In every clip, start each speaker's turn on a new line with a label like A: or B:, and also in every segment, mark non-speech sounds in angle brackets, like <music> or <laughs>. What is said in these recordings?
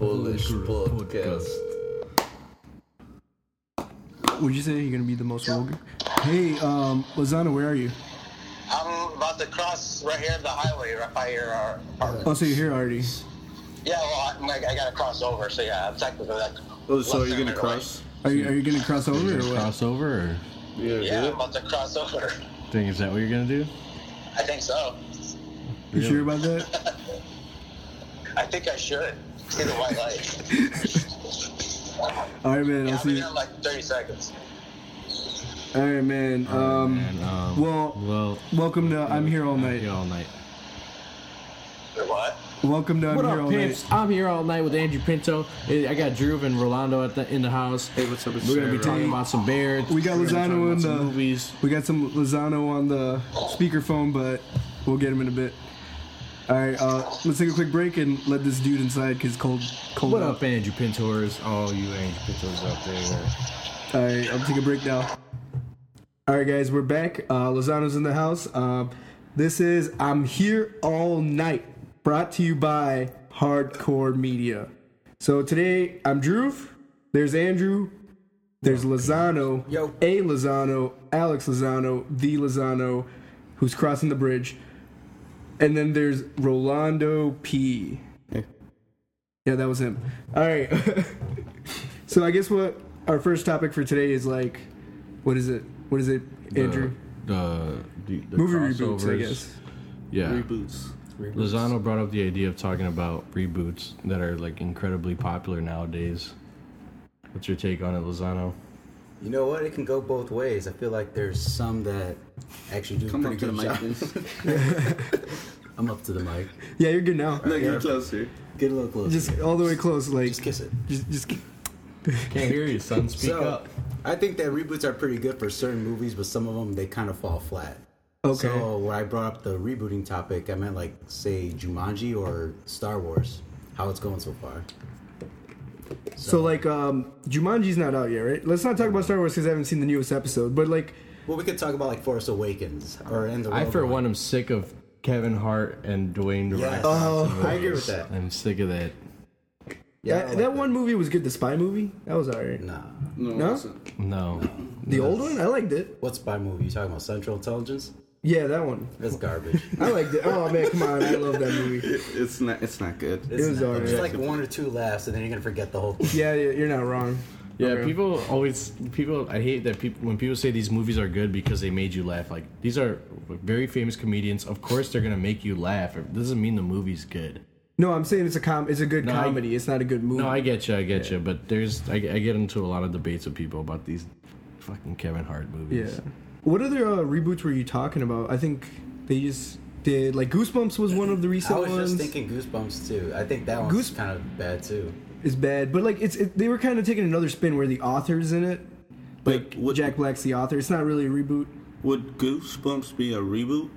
A: Polish podcast.
B: Would you say you're gonna be the most vulgar? Hey, um, Lozano, where are you?
C: I'm about to cross right here the highway right by your our, our
B: Oh, so you're here already.
C: yeah. Well, I'm like I gotta cross over, so yeah, I'm technically like. <laughs>
A: Oh, so are you
C: left
A: gonna
C: and
A: cross?
B: Are you, are you gonna cross over or what?
D: Crossover, or
A: You gonna
C: right.
A: do
C: Yeah,
A: it?
C: I'm about to cross over.
D: thing is that what you're gonna do?
C: I think so.
B: You sure about that?
C: I think I should see the white light.
B: All right, man.
C: yeah,
B: I'll
C: I'll
B: see.
C: be
B: you.
C: there in like 30 seconds.
B: All right, man.
D: And,
B: Um,
D: um,
B: well,
D: well,
B: welcome to I'm here all
D: I'm
B: night.
D: here all night.
C: Or what?
B: Welcome to I'm
D: What
B: here
D: up,
B: all
D: pimps?
B: night.
D: I'm here all night with Andrew Pinto. I I got Drew and Rolando at the in the house.
A: Hey, what's up? It's
D: We're gonna be
A: Sarah.
D: talking about some bears.
B: We got
D: We're gonna be talking
B: Lozano
D: about
B: in
D: some
B: the-
D: movies.
B: We got some Lozano on the speakerphone, but we'll get him in a bit. All right, uh, let's take a quick break and let this dude inside because cold, cold.
D: What
B: out.
D: up, Andrew Pintors? All you Andrew Pintors out there.
B: All right, I'll take a break now. All right, guys, we're back. Uh, Lozano's in the house. Um, this is I'm Here All Night, brought to you by Hardcore Media. So today, I'm Drew. There's Andrew. There's Lozano.
A: Yo.
B: A Lozano, Alex Lozano, the Lozano, who's crossing the bridge. And then there's Rolando P. Yeah, that was him. All right. <laughs> so I guess what our first topic for today is like, what is it? What is it, Andrew?
D: The, the, the
B: Movie reboots, I
D: crossovers.
B: guess.
D: Yeah.
A: Reboots.
D: Lozano brought up the idea of talking about reboots that are like incredibly popular nowadays. What's your take on it, Lozano?
E: You know what? It can go both ways. I feel like there's some that actually do a
A: Come
E: pretty
A: up to the
E: good
A: mic.
E: job.
A: please.
E: <laughs> I'm up to the mic.
B: Yeah, you're good now.
A: No, get closer.
E: Get a little closer.
B: Just all the way close, like
E: Just kiss it.
B: Just, just
D: Can't hear
B: <laughs>
D: you, son. Speak
E: so,
D: up.
E: I think that reboots are pretty good for certain movies, but some of them they kind of fall flat.
B: okay.
E: So when I brought up the rebooting topic, I meant like say Jumanji or Star Wars. How it's going so far?
B: So like, um, Jumanji's not out yet, right? Let's not talk about Star Wars because I haven't seen the newest episode. But like,
E: Well, we could talk about like Force Awakens or in the.
D: I,
E: Rogue
D: for
E: One.
D: one, am sick of Kevin Hart and Dwayne The
E: Yes.
D: Rock
E: Oh.
D: Johnson
E: I agree
D: movies.
E: with that.
D: I'm sick of that.
E: Yeah, I
B: that,
E: like
B: that one movie was good. The spy movie that was alright.
E: Nah.
A: No,
B: No?
A: listen.
D: No.
B: The old one, I liked it.
E: What spy movie? You talking about Central Intelligence?
B: Yeah, that one.
E: That's garbage.
B: I liked it. Oh man, come on, I love that movie.
A: It- it's not. It's not good.
B: It was
E: It's
B: alright.
E: like one or two laughs, and then you're gonna forget the whole thing.
B: Yeah, yeah, you're not wrong.
D: Yeah,
B: Okay.
D: people always people. I hate that people when people say these movies are good because they made you laugh. Like these are very famous comedians. Of course, they're gonna make you laugh. It doesn't mean the movie's good.
B: No, I'm saying it's a com. It's a good
D: No, I-
B: comedy. it's not a good movie.
D: No, I get you. I get you. But there's I, I get into a lot of debates with people about these fucking Kevin Hart
B: yeah.
D: movies.
B: What other uh, reboots were you talking about? I think they just did like Goosebumps was one of the recent
E: I was
B: ones.
E: just thinking Goosebumps too. I think that one's
B: Goose-
E: kind of bad too.
B: Is bad, but like it's it, they were kind of taking another spin where the author's in it. Like
A: But what-
B: Jack Black's the author. It's not really a reboot.
A: Would Goosebumps be a reboot?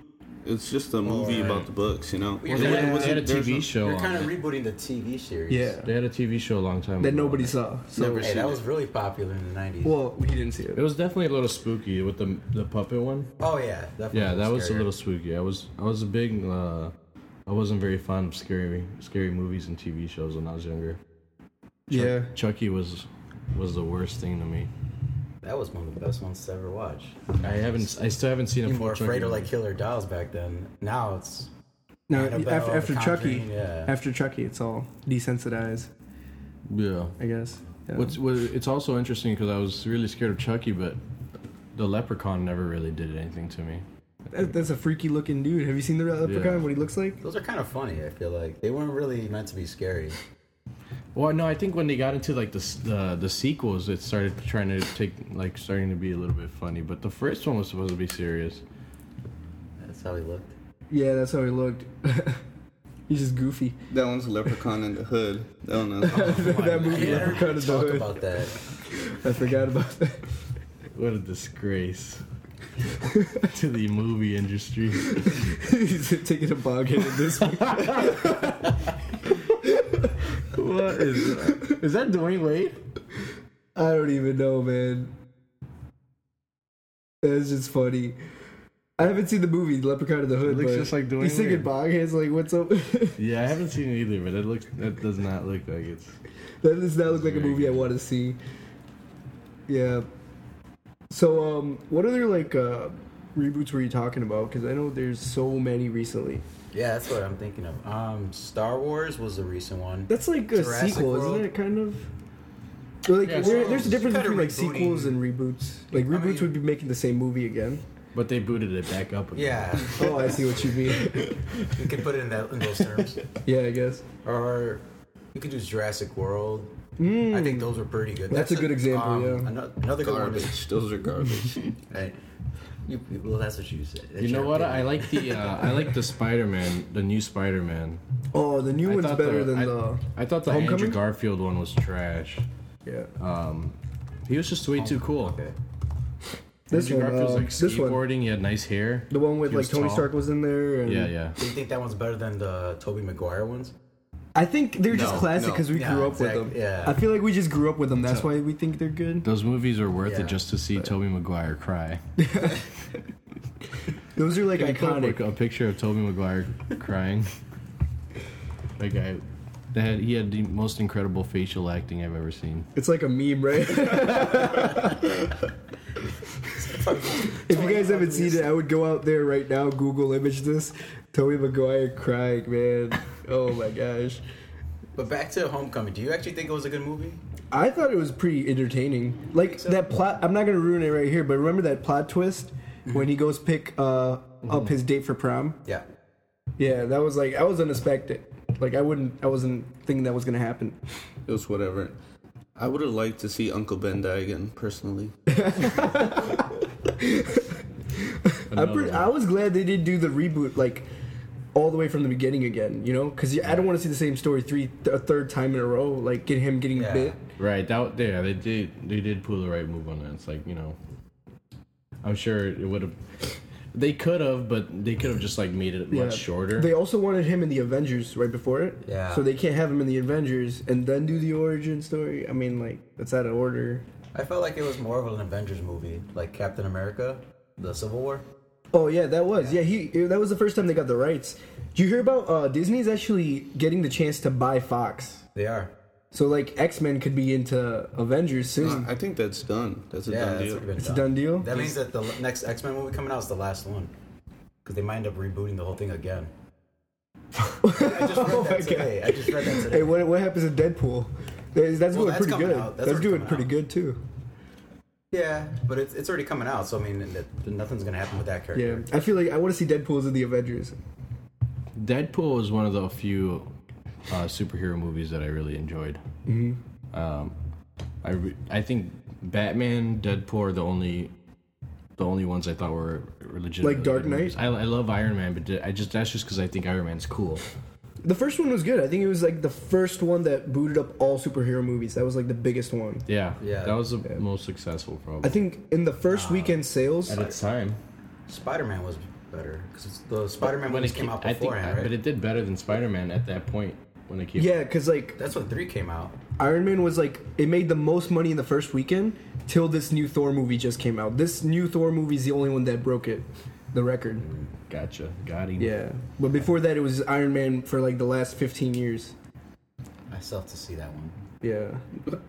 A: It's just
E: Oh,
A: a movie about the books, you know.
D: They, had,
A: Was
D: they had a
A: it- there's
D: TV show.
E: You're
D: on
E: kind of
D: it.
E: rebooting the TV series.
B: Yeah,
D: They had a TV show a long time
B: that
D: ago.
B: nobody saw. So
A: Never
E: Hey,
A: seen
E: that
A: it.
E: was really popular in the 90s.
B: well, he didn't see it.
D: It was definitely a little spooky with the the puppet one.
E: oh, yeah. Definitely
D: Yeah, that was a
E: scarier.
D: little spooky. I was I was a big uh, I wasn't very fond of scary scary movies and TV shows when I was younger.
B: yeah,
D: Chucky was was the worst thing to me.
E: That was one of the best ones to ever watch.
D: I haven't I still haven't seen a
E: You
D: full
E: were
D: Chucky
E: afraid of
D: movie.
E: like killer dolls back then. Now it's.
B: no.
E: Annabelle,
B: After, after
E: The
B: Chucky,
E: Conjuring, yeah.
B: after Chucky, it's all desensitized.
D: yeah.
B: I guess. Yeah.
D: What's what, it's also interesting because I was really scared of Chucky, but the Leprechaun never really did anything to me.
B: That- that's a freaky looking dude. Have you seen the leprechaun?
D: Yeah.
B: What he looks like?
E: Those are kind of funny, I feel like. They weren't really meant to be scary.
D: Well, no, I think when they got into like the s- the, the sequels, it started trying to take like starting to be a little bit funny. But the first one was supposed to be serious.
E: That's how he
B: <laughs>
E: looked.
B: Yeah, that's how he looked. <laughs> He's just goofy. <laughs>
A: That one's Leprechaun in the Hood. That
E: <laughs>
A: one. Is,
B: that movie
E: Yeah,
B: Leprechaun is the
E: talk
B: hood.
E: about that.
B: I forgot about that. <laughs>
D: What a disgrace <laughs> to the movie industry.
B: He's taking a bog hit at this point.
D: What is that? Is that Dwayne Wade?
B: I don't even know, man. That's just funny. I haven't seen the movie Leprechaun in the Hood.
F: It looks
B: but
F: just like Dwayne
B: He's singing
F: Wade.
B: bong hands like, "What's up?" <laughs> that
D: Yeah, I haven't seen it either, but it looks that does not look like it's.
B: does not look like a
D: Very
B: movie I
D: good.
B: want to see. Yeah. So, um, what other like uh, reboots were you talking about? Because I know there's so many recently.
E: Yeah, that's what I'm thinking of. Um, Star Wars was a recent one.
B: That's like a
E: Jurassic
B: sequel,
E: World.
B: isn't it? Kind of. Or, Like,
F: Yeah,
B: there-
F: so
B: there's a
F: it's
B: difference
F: kinda
B: between like
F: rebooting.
B: sequels and reboots. Like
E: I
B: reboots
E: mean-
B: would be making the same movie again.
D: But they booted it back up again.
E: Yeah,
B: Oh, I see what you mean.
E: you could put it in that in those terms.
B: Yeah, I guess.
E: or you could do Jurassic World. I think those were pretty good.
B: Hmm. That's a good example, yeah.
E: ano- Another good one is.
A: Garbage. Those are garbage.
E: Hey, you, you- well, that's what you said.
D: You know what? I like
B: <laughs>
D: the uh, I like the Spider Man, the new Spider Man.
B: Oh, the new
D: I
B: one's
D: thought
B: better
D: the-
B: than
D: I-
B: the.
D: I thought the
B: Homecoming?
D: Andrew Garfield one was trash.
B: Yeah.
D: He was just way too cool.
E: Okay.
B: Oh, This
D: Andrew
B: one,
D: Garfield's
B: um,
D: like
B: this one.
D: skateboarding. He had nice hair.
B: The one with
D: He
B: like
D: was
B: Tony
D: tall.
B: Stark was in there. And
D: Yeah, yeah.
E: Do you think that one's better than the Toby Maguire ones? <laughs>
B: I think they're just
A: No,
B: classic
A: no.
B: because we
E: Yeah,
B: grew up with
E: exactly,
B: them.
E: yeah.
B: I feel like we just grew up with them. That's why we think they're good.
D: Those movies are worth
E: Yeah.
D: it just to see Toby Maguire cry.
B: Those are like
D: I put
B: <laughs>
D: up
B: iconic.
D: a, a picture of Toby Maguire
B: <laughs>
D: crying. Like I, that had, he had the most incredible facial acting I've ever seen.
B: It's like a meme,
D: <laughs>
B: right? if you guys haven't seen it, I would go out there right now, Google image this. Toby Maguire crying, man. Oh my gosh.
E: But back to Homecoming. Do you actually think it was a good movie?
B: I thought it was pretty entertaining. Like that plot. I'm not gonna ruin it right here, but remember that plot twist
D: Mm-hmm.
B: when he goes pick uh, up his date for prom.
E: Yeah.
B: Yeah, that was like I was unexpected. Like I wouldn't, I wasn't thinking that was gonna happen.
A: It was whatever. I would have liked to see Uncle Ben die again, personally.
B: I'm pretty, I was glad they did do the reboot, like all the way from the beginning again. You know, because I don't want to see the same story three th- a third time in a row. Like get him getting
E: Yeah.
B: bit.
D: Right, that yeah, they did they did pull the right move on that. It's like you know, I'm sure it would have. They could have, but they could have just like made it
B: Yeah.
D: much shorter.
B: They also wanted him in the Avengers right before it.
E: Yeah.
B: So they can't have him in the Avengers and then do the origin story. I mean, like that's out of order.
E: I felt like it was more of an Avengers movie, like Captain America, the Civil War.
B: Oh yeah, that was yeah. He that was the first time they got the rights. Do you hear about uh, Disney's actually getting the chance to buy Fox?
E: They are.
B: So like X Men could be into Avengers soon.
A: I think that's done. That's a
E: Yeah,
A: done
E: that's
A: deal.
E: already been
B: It's a
E: done.
B: done deal.
E: That means that the l- next X Men movie coming out is the last one, because they might end up rebooting the whole thing again. I just read
B: <laughs> Oh my
E: that today. I just read that today.
B: Hey, what what happens in Deadpool? That's, that's
E: Well,
B: doing
E: that's
B: pretty
E: coming
B: good. That's,
E: out. That's already
B: doing
E: coming
B: pretty
E: out.
B: good too.
E: Yeah, but it's, it's already coming out, so I mean, it- nothing's gonna happen with that
B: Yeah,
E: character.
B: I feel like I want to see Deadpool's in the Avengers.
D: Deadpool was one of the few uh, superhero movies that I really enjoyed. Mm-hmm. Um, I re- I think Batman, Deadpool are the only the only ones I thought were legit.
B: Like Dark Knight?
D: I, I love Iron Man, but I just that's just because I think Iron Man's cool.
B: The first one was good. I think it was like the first one that booted up all superhero movies. That was like the biggest one.
D: Yeah,
E: Yeah.
D: That was the most successful probably
B: I think in the first weekend sales,
D: at its time.
E: Spider Man was better because the Spider Man
D: when
E: movies
D: it
E: came
D: came
E: out
D: I think,
E: beforehand, right?
D: but it did better than Spider-Man at that point when it came.
B: yeah, because like
E: That's when three came out.
B: Iron Man was like it made the most money in the first weekend till this new Thor movie just came out. This new Thor movie is the only one that broke it, the record.
D: gotcha, got him.
B: Yeah, but before that it was Iron Man for like the last 15 years.
E: I still have to see that one.
B: Yeah,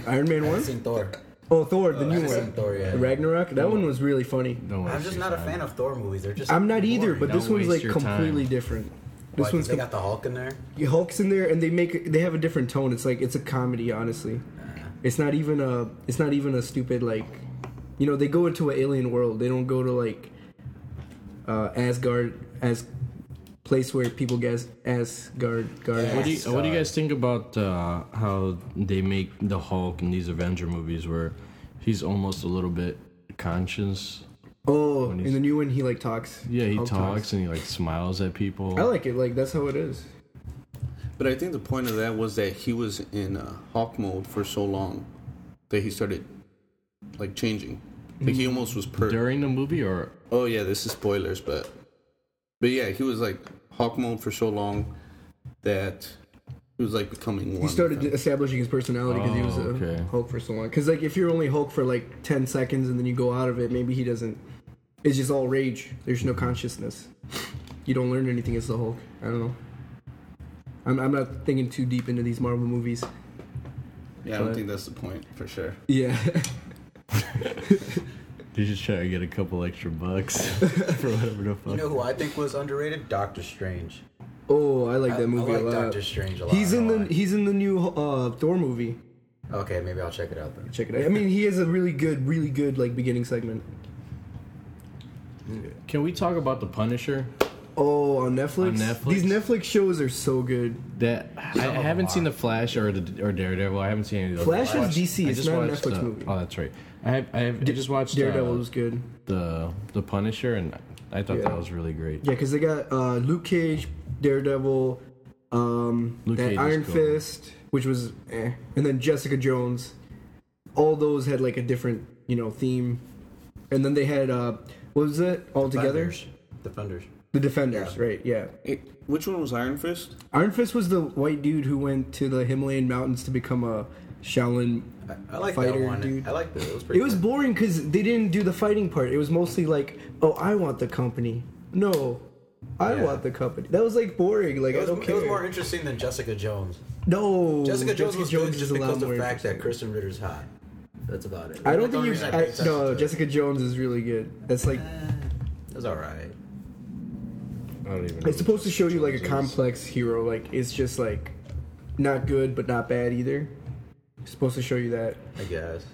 B: Iron Man
E: I haven't
B: one.
E: seen Thor.
B: Oh, Thor, the
E: I
B: new
E: haven't seen
B: one.
E: Thor yet.
B: Ragnarok. That one was really funny.
D: Don't worry,
E: I'm just not a fan of Thor movies. They're just.
B: I'm not either,
E: boring.
B: but this
D: Don't
B: one's like
D: waste your
B: completely
D: time.
B: different.
E: Why,
B: This
E: 'cause
B: one's
E: they
B: com-
E: got the Hulk in there.
B: Hulk's in there, and they make they have a different tone. It's like it's a comedy, honestly.
D: Uh-huh.
B: It's not even a it's not even a stupid like, you know, they go into an alien world. They don't go to like uh, Asgard as place where people guess Asgard guard.
D: What do, you,
E: Yes,
D: what do you
E: uh,
D: guys think about uh, how they make the Hulk in these Avenger movies, where he's almost a little bit conscious?
B: Oh,
D: When
B: in
D: he's-
B: the new one, he like talks.
D: Yeah, he
B: Hulk
D: talks, and he like smiles at people.
B: I like it. Like that's how it is.
A: But I think the point of that was that he was in uh, hawk mode for so long that he started like changing. Like he almost was per.
D: during the movie, or
A: Oh yeah, this is spoilers, but but yeah, he was like hawk mode for so long that he was like becoming one.
B: He
A: with
B: started
A: them.
B: establishing his personality because he was
D: Oh,
B: a
D: okay.
B: Hulk for so long. Because like if you're only Hulk for like ten seconds and then you go out of it, maybe he doesn't It's just all rage. There's no consciousness. You don't learn anything as the Hulk. I don't know. I'm, I'm not thinking too deep into these Marvel movies. <laughs>
A: Yeah, I don't
B: But-
A: think that's the point for sure.
B: Yeah.
D: You're just trying to get a couple extra bucks <laughs> for whatever the fuck.
E: You know who I think was underrated? Doctor Strange.
B: oh, I like
E: I- I
B: that movie
E: like
B: a lot.
E: Doctor Strange a lot,
B: He's in
E: I
B: the
E: like.
B: he's in the new uh, Thor movie.
E: Okay, maybe I'll check it out then.
B: Check it out. I mean, he has a really good, really good like beginning segment.
D: Can we talk about the Punisher?
B: Oh, on Netflix.
D: On Netflix?
B: These Netflix shows are so good.
D: That I, I haven't seen the Flash or the or Daredevil. I haven't seen any of those.
B: Flash
D: I
B: is
D: watched-
B: DC,
D: I
B: it's
D: just
B: not a
D: watched,
B: Netflix
D: uh,
B: movie.
D: Oh, that's right. I have, I have I just watched
B: Daredevil
D: uh,
B: was good.
D: the the Punisher, and I thought
B: Yeah.
D: that was really great.
B: Yeah, because they got uh, Luke Cage, Daredevil, um,
D: Luke
B: that
D: Cage is
B: Iron
D: cool.
B: Fist, which was, eh. and then Jessica Jones. All those had like a different, you know, theme, and then they had uh, what was it all together?
E: Defenders. Defenders.
B: The Defenders, right? Yeah.
A: It, which one was Iron Fist?
B: Iron Fist was the white dude who went to the Himalayan mountains to become a Shaolin.
E: I like that
B: Fighter,
E: one.
B: dude.
E: I like that. It was pretty.
B: It was
E: good.
B: boring because they didn't do the fighting part. It was mostly like, oh, I want the company. No, I
E: Yeah.
B: want the company. That was like boring. Like
E: It
B: I
E: was,
B: don't
E: it
B: care.
E: was more interesting than Jessica Jones.
B: No,
E: Jessica Jones was good
B: is
E: just
B: a lot
E: because of
B: more
E: the fact that
B: interesting.
E: Kristen Ritter's hot. That's about it.
B: I don't
E: That's the
B: think
E: only
B: you.
E: reason
B: I,
E: paid attention to
B: no,
E: it.
B: Jessica Jones is really good. That's like
E: It was all right.
D: I don't even. know
B: it's supposed to show you like a
D: Jesus.
B: complex hero. Like it's just like not good but not bad either. It's supposed to show you that.
E: I guess.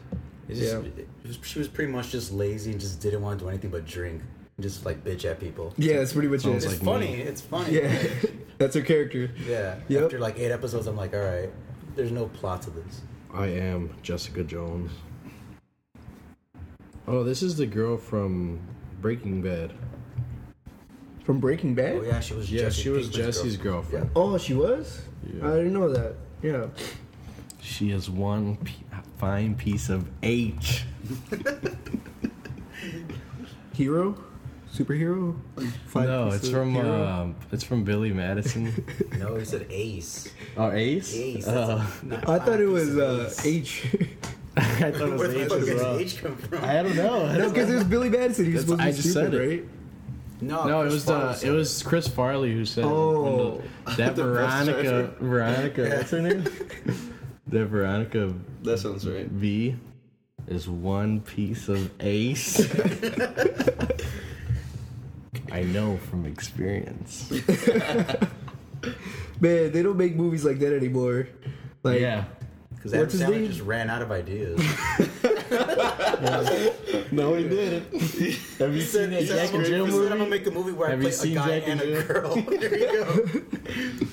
E: It's just,
B: Yeah.
E: it was, she was pretty much just lazy and just didn't want to do anything but drink and just like bitch at people.
B: Yeah, that's pretty much
D: Sounds
B: it.
E: It's
D: like
E: funny.
D: me.
E: It's funny.
B: yeah, that's her character.
E: Yeah.
B: <laughs> Yep.
E: After like eight episodes, I'm like, all right, there's no plot to this.
D: I am Jessica Jones. Oh, this is the girl from Breaking Bad.
B: From Breaking Bad.
E: Oh yeah, she was.
D: Yeah,
E: Jesse
D: she was
E: Pinkman's
D: Jesse's
E: girlfriend.
D: girlfriend.
B: Oh, she was.
D: Yeah.
B: I didn't know that. Yeah.
D: She is one p- fine piece of H.
B: Hero, superhero. Five
D: no,
B: piece
D: it's
B: of
D: from
B: hero?
D: um, it's from Billy
B: <laughs>
D: Madison.
E: No, he said Ace.
D: oh, Ace.
E: Ace. that's
D: Oh.
E: a- <laughs> not
B: I
E: fine
B: thought it
E: piece
B: was
E: of
B: uh,
E: Ace.
B: H.
D: <laughs>
B: <laughs>
D: I thought it
E: Where
D: was
E: the
D: H
E: fuck
D: as
E: does
D: well.
E: H come from?
D: I don't know.
B: no, because it was Billy Madison. He was supposed
D: That's-
B: to be
D: I just said
B: stupid,
D: it.
B: right?
E: No,
D: No, it was
E: Oh, Chris Farley
D: uh,
E: said
D: it was Chris Farley who said
B: Oh.
D: when the- that Veronica Veronica what's her name? that Veronica
A: That sounds right.
D: V is one piece of ace. I know from experience.
B: Man, they don't make movies like that anymore. Like,
D: Yeah.
E: Because Adam
B: What's his
E: Sandler
B: name?
E: just ran out of ideas.
D: No, he didn't. Have you seen that
E: He said,
D: Jack
E: "I'm
D: and Jill
E: gonna- he said, I'm gonna
D: movie?
E: make a movie where
D: Have you
E: I play
D: seen
E: a guy
D: Jack and
E: and, a
D: Jill?
E: girl. <laughs> there you go.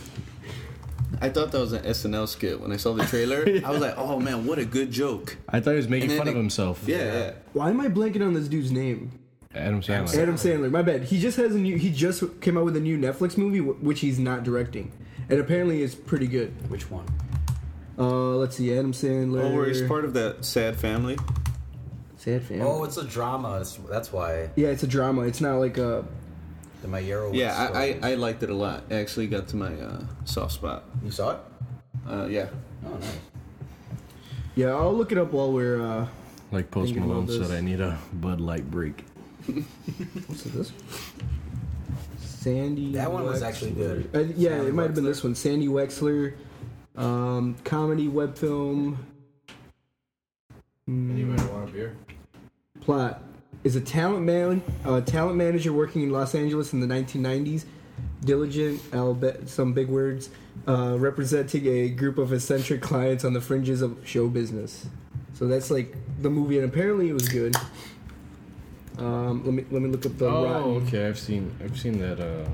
A: I thought that was an SNL skit when I saw the trailer. I was like, oh man, what a good joke.
D: I thought he was making
A: And then
D: fun of
A: they-
D: himself.
A: Yeah, yeah.
B: why am I blanking on this dude's name?
D: Adam Sandler.
B: Adam Sandler. My bad. He just has a new. He just came out with a new Netflix movie, wh- which he's not directing, and apparently it's pretty good.
E: Which one?
B: Uh, let's see, Adam Sandler.
A: Oh, where he's part of that sad family.
B: Sad family.
E: Oh, it's a drama. It's, that's why
B: yeah, it's a drama. It's not like a.
E: the Mayero.
A: Yeah, I, I, I liked it a lot. I actually got to my uh, soft spot.
E: you saw it?
A: Uh, yeah.
E: Oh, nice.
B: Yeah, I'll look it up while we're. uh
D: Like Post
B: Thinking about
D: Malone said,
B: this.
D: I need a Bud Light break.
B: What's this? Sandy.
E: That one was
B: Wexler.
E: actually good.
B: Uh, yeah,
E: Sandy
B: it might have been
E: Wexler.
B: this one. Sandy Wexler, um, comedy web film.
D: Anybody want a beer?
B: plot is a talent man, a talent manager working in Los Angeles in the 1990s. Diligent, I'll bet some big words, uh, representing a group of eccentric clients on the fringes of show business. So that's like the movie, and apparently it was good. Um, let me let me look up the.
D: Oh,
B: rotten.
D: okay. I've seen I've seen that. Uh,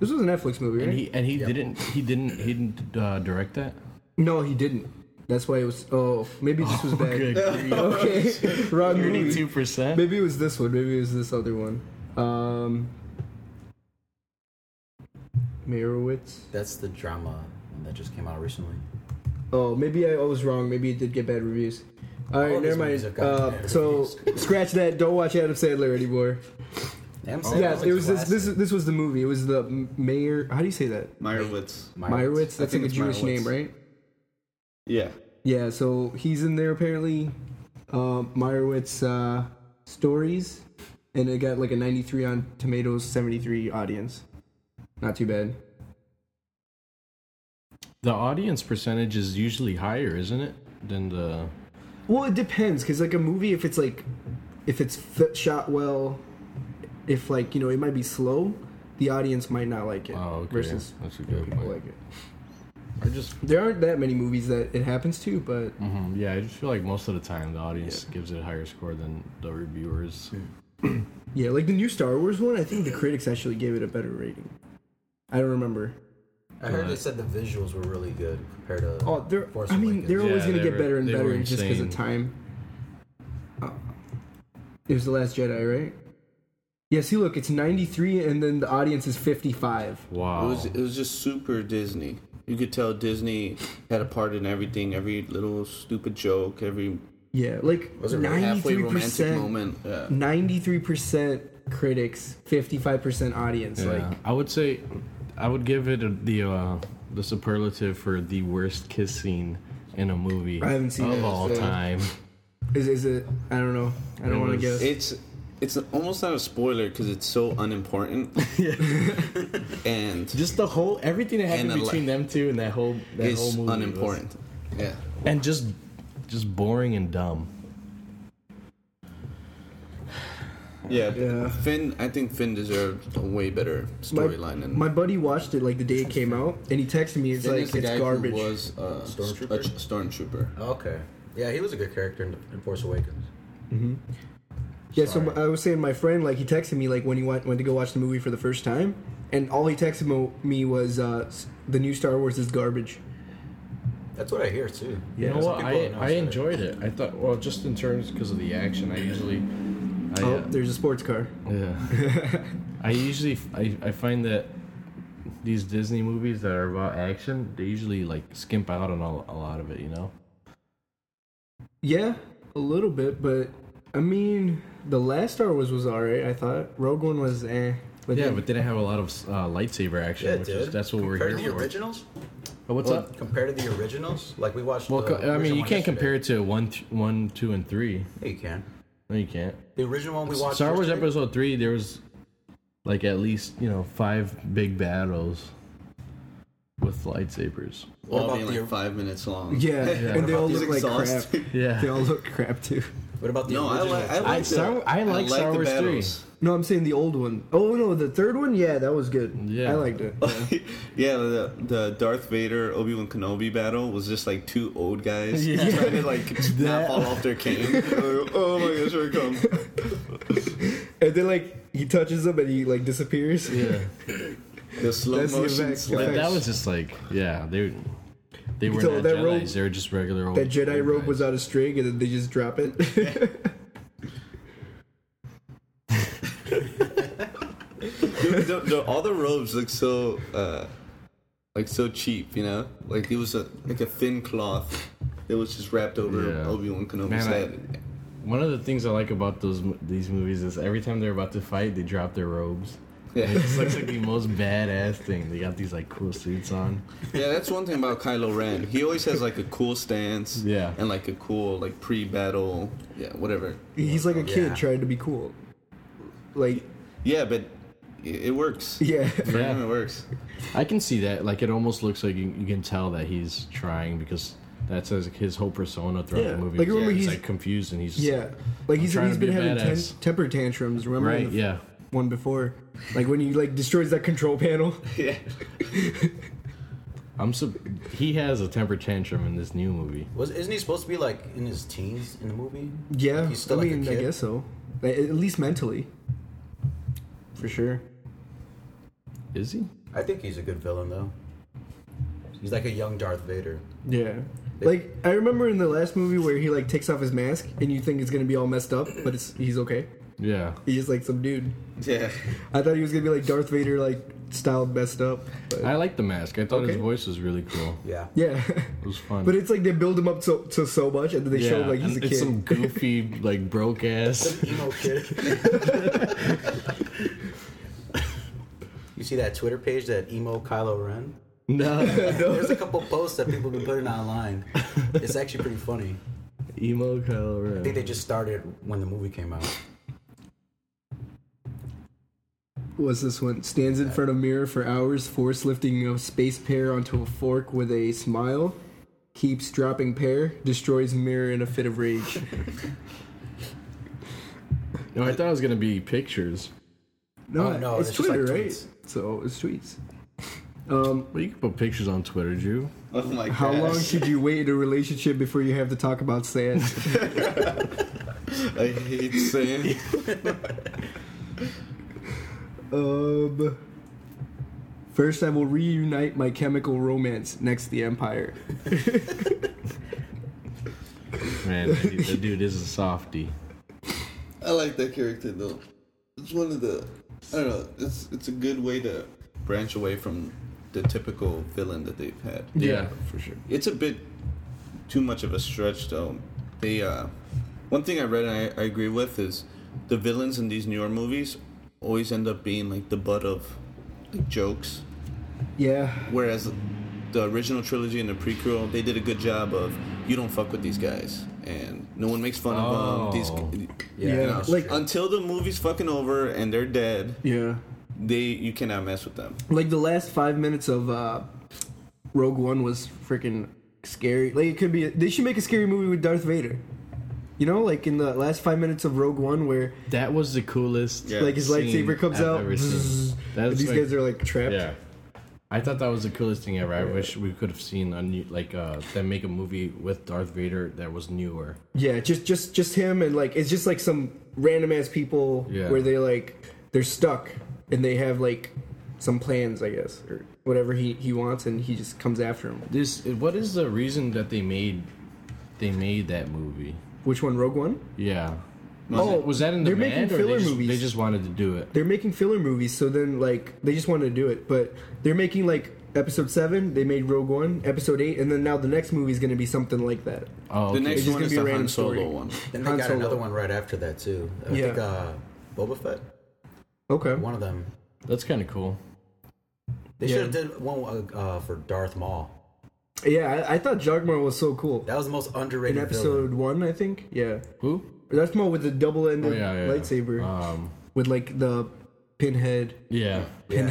B: This was a Netflix movie, right?
D: and he and he didn't he didn't he didn't uh, direct that.
B: no, he didn't. That's why it was. Oh, maybe this
D: <laughs>
B: was bad. Okay, wrong movie.
D: Thirty-two percent.
B: Maybe it was this one. Maybe it was this other one. Um, Merowitz.
E: That's the drama one that just came out recently.
B: Oh, maybe I, I was wrong. Maybe it did get bad reviews. All right,
E: All these
B: never mind.
E: movies have gotten
B: Uh,
E: bad
B: so scratch that. Don't watch Adam Sandler anymore.
E: Damn,
B: yeah, it was this. This, is- this was the movie. It was the M- mayor. How do you say that?
A: Meyerowitz.
B: Meyerowitz. That's like
A: think
B: a
A: it's
B: Jewish
A: Meyerowitz.
B: name, right?
A: Yeah.
B: Yeah. So he's in there apparently. Um, Meyerowitz. Uh, stories, and it got like a 93 on Tomatoes, 73 audience. Not too bad.
D: The audience percentage is usually higher, isn't it? Than the
B: Well, it depends, because like a movie, if it's like, if it's f- shot well, if like you know it might be slow, the audience might not like it.
D: oh, okay.
B: Versus
D: that's a good
B: people
D: point.
B: like it.
D: Or just
B: There aren't that many movies that it happens to, but
D: mhm, yeah, I just feel like most of the time the audience gives it a higher score than the reviewers.
B: yeah, like the new Star Wars one, I think the critics actually gave it a better rating. I don't remember.
E: I heard they said the visuals were really good compared to.
B: Oh, they're.
E: Force
B: I mean,
E: Awakens.
B: they're always
D: Yeah,
B: gonna
D: they
B: get
D: were-
B: better and
D: they were
B: better just because of
D: insane.
B: time. Uh, it was the Last Jedi, right? Yeah. See, look, it's ninety three, and then the audience is fifty five.
D: Wow.
A: It was it was just super Disney. You could tell Disney had a part in everything, every little stupid joke, every
B: Yeah, like
A: was it really
B: ninety
A: halfway
B: three
A: romantic
B: percent.
A: moment. Yeah.
B: Ninety three percent critics, fifty five percent audience.
D: yeah.
B: Like,
D: I would say I would give it a, the uh, the superlative for the worst kiss scene in a movie
B: I haven't seen
D: of
B: it,
D: all
B: so-
D: time.
B: is is it? I don't know. I
D: It
B: don't want to guess.
D: was-
A: It's it's almost not a spoiler because it's so unimportant. <laughs> and
D: Just the whole everything that
A: happened And a between
D: them two and that whole that
A: it's unimportant. Yeah.
D: and just just boring and dumb.
A: yeah,
B: Yeah.
A: Finn. I think Finn deserved a way better
B: My-
A: storyline. And
B: My buddy watched it like the day it came out, and he texted me. It's
A: Finn
B: like
A: is the guy
B: it's
A: who
B: garbage.
A: was uh,
E: Stormtrooper?
A: a ch- stormtrooper.
E: okay. Yeah, he was a good character in, in Force Awakens.
B: Yeah, so I was saying my friend like he texted me like when he went went to go watch the movie for the first time, and all he texted mo- me was uh, s- the new Star Wars is garbage.
E: That's what I hear too.
D: You know
E: Some
D: what?
E: people
D: I,
E: don't know
D: I
E: shit.
D: enjoyed it. I thought well, just in terms because of the action. I usually, I,
B: Oh,
D: uh,
B: there's a sports car.
E: Oh,
D: yeah. <laughs> I usually f- I, I find that these Disney movies that are about action, they usually like skimp out on all, a lot of it. You know,
B: Yeah, a little bit, but I mean the last Star Wars was alright. I thought Rogue One was eh. But
D: yeah,
B: then-
D: but they didn't have a lot of uh, lightsaber action,
E: Yeah,
D: which
E: dude.
D: is that's what we're
E: compared
D: here
E: to the
D: for.
E: originals.
D: Oh, what's
E: Well,
D: up?
E: compared to the originals, like we watched.
D: Well, co-
E: the
D: I mean,
E: original
D: you
E: one
D: can't
E: yesterday.
D: compare it to one, th- one, two, and three.
E: Yeah, you can.
D: No, you can't.
E: The original one we watched.
D: Star Wars
E: yesterday?
D: Episode Three, there was like at least you know five big battles with lightsabers.
E: What
A: All
E: about
A: being like
E: the-
A: five minutes long.
B: yeah, <laughs> and they all
E: He's
B: look like
A: exhausted.
B: crap. <laughs>
D: Yeah.
B: they all look crap too.
E: What about the
A: No, I
E: original?
A: like I
D: I-
A: like
D: Star- I like Star Wars three.
B: No, I'm saying the old one. Oh no, the third one. Yeah, that was good.
D: Yeah.
B: I liked it.
A: <laughs> yeah, the, the Darth Vader Obi Wan Kenobi battle was just like two old guys
D: Yeah.
A: trying to
B: <laughs>
A: like not fall off their cane. Like, oh my gosh, here it comes!
B: And then like he touches them and he like disappears.
D: Yeah,
A: The slow
B: That's the
A: motion
B: effect-
A: slap.
D: but that
B: Thanks.
D: was just like yeah they they were
B: So
D: not
B: that
D: Jedi's.
B: robe-
D: they were just regular old.
B: That Jedi
D: old
B: robe was
D: guys.
B: out of string, and then they just drop it. <laughs>
A: Dude, the, the, all the robes look so uh, like so cheap, you know. Like it was a like a thin cloth that was just wrapped over
D: Yeah.
A: Obi Wan Kenobi's
D: Man, I-
A: head. <laughs>
D: One of the things I like about those mo- these movies is every time they're about to fight, they drop their robes.
A: Yeah.
D: It's looks like the most badass thing. They got these like cool suits on.
A: yeah, that's one thing about Kylo Ren. He always has like a cool stance,
D: Yeah.
A: and like a cool like pre-battle, yeah, whatever.
B: He's like a kid
E: Yeah.
B: trying to be cool. Like,
A: Yeah, but it, it works.
D: <laughs>
B: yeah.
A: For
D: Yeah.
A: him, it works.
D: I can see that. Like it almost looks like you, you can tell that he's trying because that's his, his whole persona throughout
B: Yeah.
D: the movie.
B: Like, remember
D: he's
B: he's-
D: like confused and he's
B: <laughs>
D: just,
B: Yeah. Like, he's,
D: trying
B: he's
D: to be
B: been
D: a
B: having ten-
D: badass.
B: temper tantrums, remember?
D: right.
B: on the
D: Yeah,
B: One before. Like, when he, like, destroys that control
E: <laughs>
B: panel.
A: Yeah.
D: I'm. Sub- he has a temper tantrum in this new movie.
E: Was isn't he supposed to be like in his teens in the movie?
B: Yeah.
E: Like, he's still
B: I
E: like
B: mean,
E: a kid.
B: I guess so. At at least mentally. For sure.
D: Is he?
E: I think he's a good villain though. He's like a young Darth Vader.
B: Yeah. Like, I remember in the last movie where he, like, takes off his mask and you think it's going to be all messed up, but it's he's okay.
D: Yeah.
B: He's just, like, some dude.
A: Yeah. <laughs>
B: I thought he was going to be, like, Darth Vader, like, styled messed up. But, <laughs>
D: I like the mask. I thought his
B: Okay.
D: voice was really cool.
E: Yeah.
B: yeah.
D: It was fun.
B: But it's like they build him up so to so much, and then they show
D: yeah,
B: him like he's a
D: and
B: kid.
D: it's some goofy
B: <laughs>
D: like broke ass.
E: <laughs> Emo kid. <laughs> you see that Twitter page that emo Kylo Ren?
D: no,
E: There's a couple posts that people have been putting online. It's actually pretty funny.
D: emo Kylo
E: I think
D: Ren.
E: they just started when the movie came out.
B: what's this one? Stands in front of mirror for hours, force lifting a space pear onto a fork with a smile. Keeps dropping pear, destroys mirror in a fit of rage.
E: Oh,
D: No, I thought it was gonna be pictures.
B: No,
E: Oh, no,
B: it's
E: it's just
B: Twitter,
E: like
B: right?
E: tweets.
B: So it's tweets. <laughs> Um,
D: Well, you can put pictures on Twitter, Drew.
A: Oh my
B: how long
A: gosh.
B: should you wait in a relationship before you have to talk about
D: <laughs>
B: sand?
A: I hate
B: <laughs>
A: sand.
B: um, first, I will reunite my chemical romance next the empire.
D: Man, that dude, that dude is a softie.
A: I like that character though. It's one of the I don't know. It's it's a good way to branch away from the typical villain that they've had.
D: Yeah, for sure.
A: It's a bit too much of a stretch though. They uh, one thing I read and I, I agree with is the villains in these newer movies always end up being like the butt of like, jokes
B: Yeah,
A: Whereas the original trilogy and the prequel, they did a good job of you don't fuck with these guys and no one makes fun of them. These,
D: Oh.
E: Yeah,
B: Yeah,
A: you know,
B: like-
A: until the movie's fucking over and they're dead,
B: yeah.
A: they you cannot mess with them.
B: Like the last five minutes of uh, Rogue One was freaking scary. Like it could be. they should make a scary movie with Darth Vader. You know, like in the last five minutes of Rogue One, where
D: That was the coolest.
A: Yeah.
B: like his
D: scene
B: lightsaber comes
D: I've
B: out.
D: ever seen.
B: <laughs> and
D: That's
B: these
D: like-
B: guys are like trapped.
D: Yeah. I thought that was the coolest thing ever. I wish we could have seen a new, like uh, them make a movie with Darth Vader that was newer.
B: Yeah, just just just him and like it's just like some random ass people
D: Yeah.
B: where they like they're stuck and they have like some plans, I guess, or whatever he he wants, and he just comes after him.
D: This what is the reason that they made they made that movie?
B: Which one, Rogue One?
D: Yeah.
B: Oh,
D: was that in the
B: they're making
D: or
B: filler
D: they just,
B: movies.
D: they just wanted to do it?
B: They're making filler movies, so then like they just wanted to do it, but they're making like Episode seven, they made Rogue One. Episode eight, and then now the next movie is going to be something like that.
D: Oh,
A: The
D: okay.
A: next
B: just
A: one
B: gonna
A: is
B: be a
A: the
B: random
A: Han Solo
B: story.
A: one.
E: Then they
B: Han
E: got
B: Solo.
E: another one right after that too. I
B: Yeah.
E: think uh, Boba Fett.
B: Okay,
E: One of them.
D: that's kind of cool.
E: They
B: Yeah.
E: should have did one uh, uh, for Darth Maul.
B: yeah, I, I thought Jagmar was so cool.
E: That was the most
B: In
E: underrated villain.
B: episode one, I think, yeah,
D: Who?
B: that's more with the double-ended
D: Oh, yeah, yeah, yeah.
B: lightsaber.
D: Um,
B: with like the pinhead
D: yeah.
E: Yeah.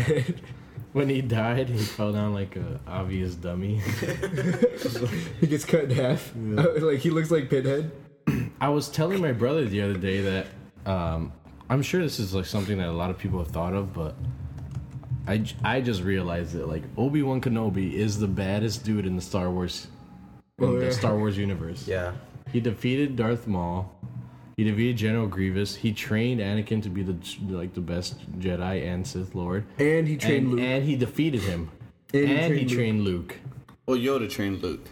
B: pinhead <laughs>
D: When he died, he fell down like a obvious dummy.
B: he gets cut in half <laughs> like he looks like pinhead
D: I was telling my brother the other day that um, I'm sure this is like something that a lot of people have thought of, but I, j- I just realized that like Obi Wan Kenobi is the baddest dude in the Star Wars in
B: Oh, yeah.
D: the Star Wars universe.
E: Yeah.
D: He defeated Darth Maul. He defeated General Grievous. He trained Anakin to be the like the best Jedi and Sith Lord.
B: and he trained
D: and,
B: luke
D: and he defeated him.
B: And
D: And,
B: he
D: he
B: trained Luke.
D: trained Luke.
A: Well, Yoda trained Luke.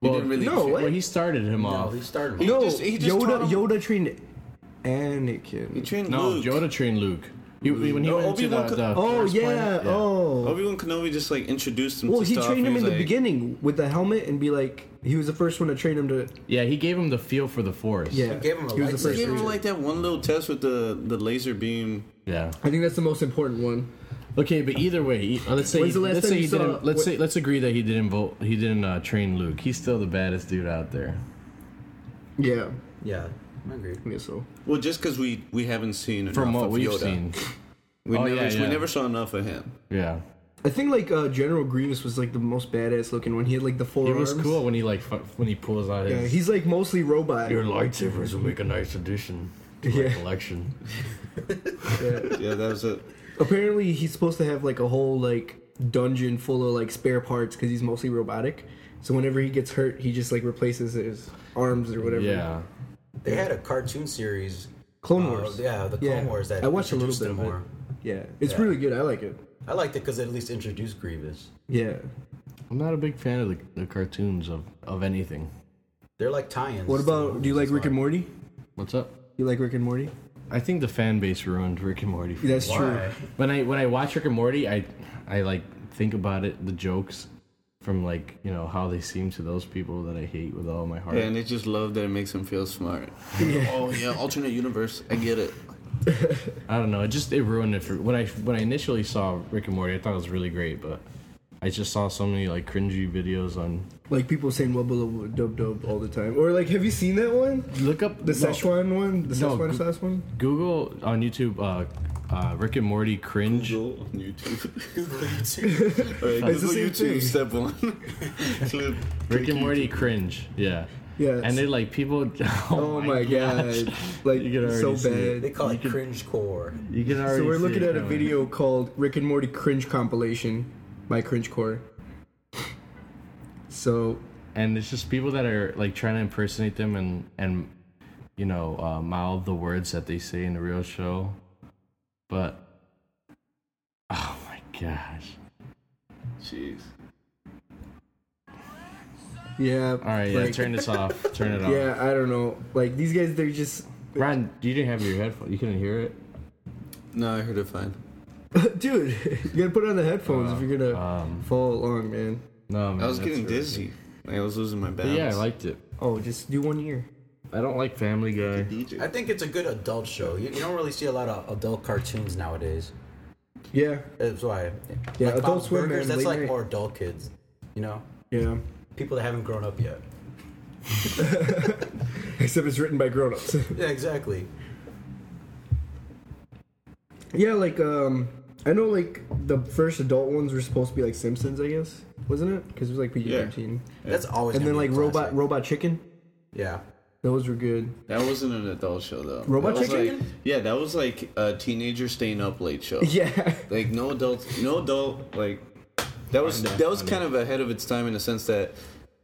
A: He
D: Well,
A: didn't really.
B: no, what?
D: Well, he started him
E: No,
D: off.
E: he started.
A: He
E: Maul.
B: no
A: just- he just taught
B: yoda
A: him-
B: yoda trained
A: He
B: anakin
A: trained
D: No,
A: Luke.
D: Yoda trained Luke. He, when he
A: No,
D: went to the,
A: Obi-Wan could-
D: the
B: oh
D: first
B: yeah,
D: planet-
B: oh
A: Obi Wan Kenobi just like introduced him.
B: well
A: to
B: he
A: stuff,
B: trained
A: and
B: him in
A: he's
B: the
A: like-
B: beginning with the helmet and be like he was the first one to train him to
D: Yeah, he gave him the feel for the force.
B: yeah
E: He gave him a
B: he was the
E: lightsaber.
A: He
B: first
A: gave him
B: one.
A: like that one little test with the the laser beam.
D: Yeah.
B: i think that's the most important one
D: Okay, but either way, he- uh, let's say
B: When's the last
D: let's
B: time
D: say he
B: you saw-
D: didn't let's
B: what-
D: say let's agree that he didn't vote he didn't uh, train Luke. He's still the baddest dude out there.
B: yeah
E: Yeah. I agree.
B: i guess so
A: Well, just because we we haven't seen
D: From
A: enough
D: what
A: of
D: we've
A: Yoda.
D: seen.
A: we
D: Oh,
A: never
D: yeah, yeah.
A: we never saw enough of him.
D: Yeah.
B: i think like uh general grievous was like the most badass looking one he had like the four
D: It was cool when he like fu- when he pulls out
B: yeah
D: his
B: he's like mostly robot
D: Your lightsabers will make a nice addition to
B: Yeah.
D: my collection.
B: yeah.
A: Yeah, that was it.
B: Apparently, he's supposed to have like a whole like dungeon full of like spare parts because he's mostly robotic. So whenever he gets hurt, he just like replaces his arms or whatever.
D: Yeah.
E: They had a cartoon series.
B: Clone
E: uh,
B: Wars.
E: yeah, the Clone Wars. That
B: I watched a little
E: introduced
B: bit
E: him
B: of it.
E: more.
B: Yeah, it's really good. I like it.
E: I liked it because it at least introduced Grievous.
B: Yeah.
D: I'm not a big fan of the, the cartoons of, of anything.
E: They're like tie-ins.
B: What
E: to the
B: about?
E: movies,
B: Do you like
E: that's
B: Rick and
E: why.
B: Morty?
D: What's up?
B: You like Rick and Morty?
D: I think the fan base ruined Rick and Morty. for me.
B: That's true.
E: Why?
D: When I when I watch Rick and Morty, I I like think about it, the jokes from like you know how they seem to those people that I hate with all my heart.
A: Yeah, and they just love that it makes them feel smart. <laughs> oh yeah, alternate universe. I get it.
D: I don't know. It just it ruined it for when I when I initially saw Rick and Morty. I thought it was really great, but I just saw so many like cringy videos on.
B: Like people saying "wubba lubba dub dub" all the time, or like, have you seen that one?
D: Look up
B: The Szechuan one, the
D: No,
B: Szechuan
D: Go-
B: sauce one.
D: Google on YouTube uh, uh, Rick and Morty cringe.
A: Google on <laughs> YouTube.
E: YouTube.
A: All right,
B: It's the
A: Google
B: same
A: YouTube
B: thing.
A: step one. <laughs> Clip.
D: Rick and Morty cringe. Yeah.
B: Yes.
D: And they like people. <laughs> Oh,
B: Oh my
D: gosh.
B: god, like
D: You can
B: so
D: already see it.
E: they
B: bad.
E: call it cringe core.
D: You can already.
B: So we're
D: see
B: looking
D: it
B: at a
D: coming.
B: video called Rick and Morty Cringe Compilation by Cringe Core. So
D: and it's just people that are like trying to impersonate them and and you know uh, mouth the words that they say in the real show but oh my gosh
A: Jeez.
B: yeah,
D: all right yeah
B: like,
D: turn this off
B: <laughs>
D: turn it off
B: yeah, I don't know. Like these guys, they're just <laughs>
D: ron you didn't have your headphone you couldn't hear it
A: No, I heard it fine.
B: dude. You gotta put on the headphones if you're gonna
D: um
B: follow along, man.
D: no man,
A: I was
D: that's
A: getting
D: really-
A: dizzy. Like, I was losing my
D: But
A: balance.
D: yeah i liked it
B: Oh, just do one ear.
D: i don't like family guy
A: DJ.
E: I think it's a good adult show. You, you don't really see a lot of adult cartoons nowadays.
B: Yeah,
E: That's why.
B: Yeah,
E: like
B: Adult
E: Bob's
B: Swim
E: Burgers,
B: and
E: that's
B: Late
E: like
B: Night.
E: more adult kids. You know,
B: yeah. <laughs>
E: people that haven't grown up yet.
B: Except it's written by grown-ups. <laughs>
E: Yeah, exactly.
B: yeah, like um, I know like the first adult ones were supposed to be like Simpsons, I guess, wasn't it? Because it was like PG thirteen.
E: That's always.
B: And then
E: gonna be
B: like
E: a
B: Robot
E: classic.
B: Robot Chicken.
E: Yeah.
B: Those were good. <laughs>
A: That wasn't an adult show though.
B: Robot
A: that was
B: Chicken?
A: like- yeah, that was like a teenager staying up late
B: <laughs>
A: show.
B: Yeah.
A: Like no adult, no adult. Like that was that was kind of ahead of its time in the sense that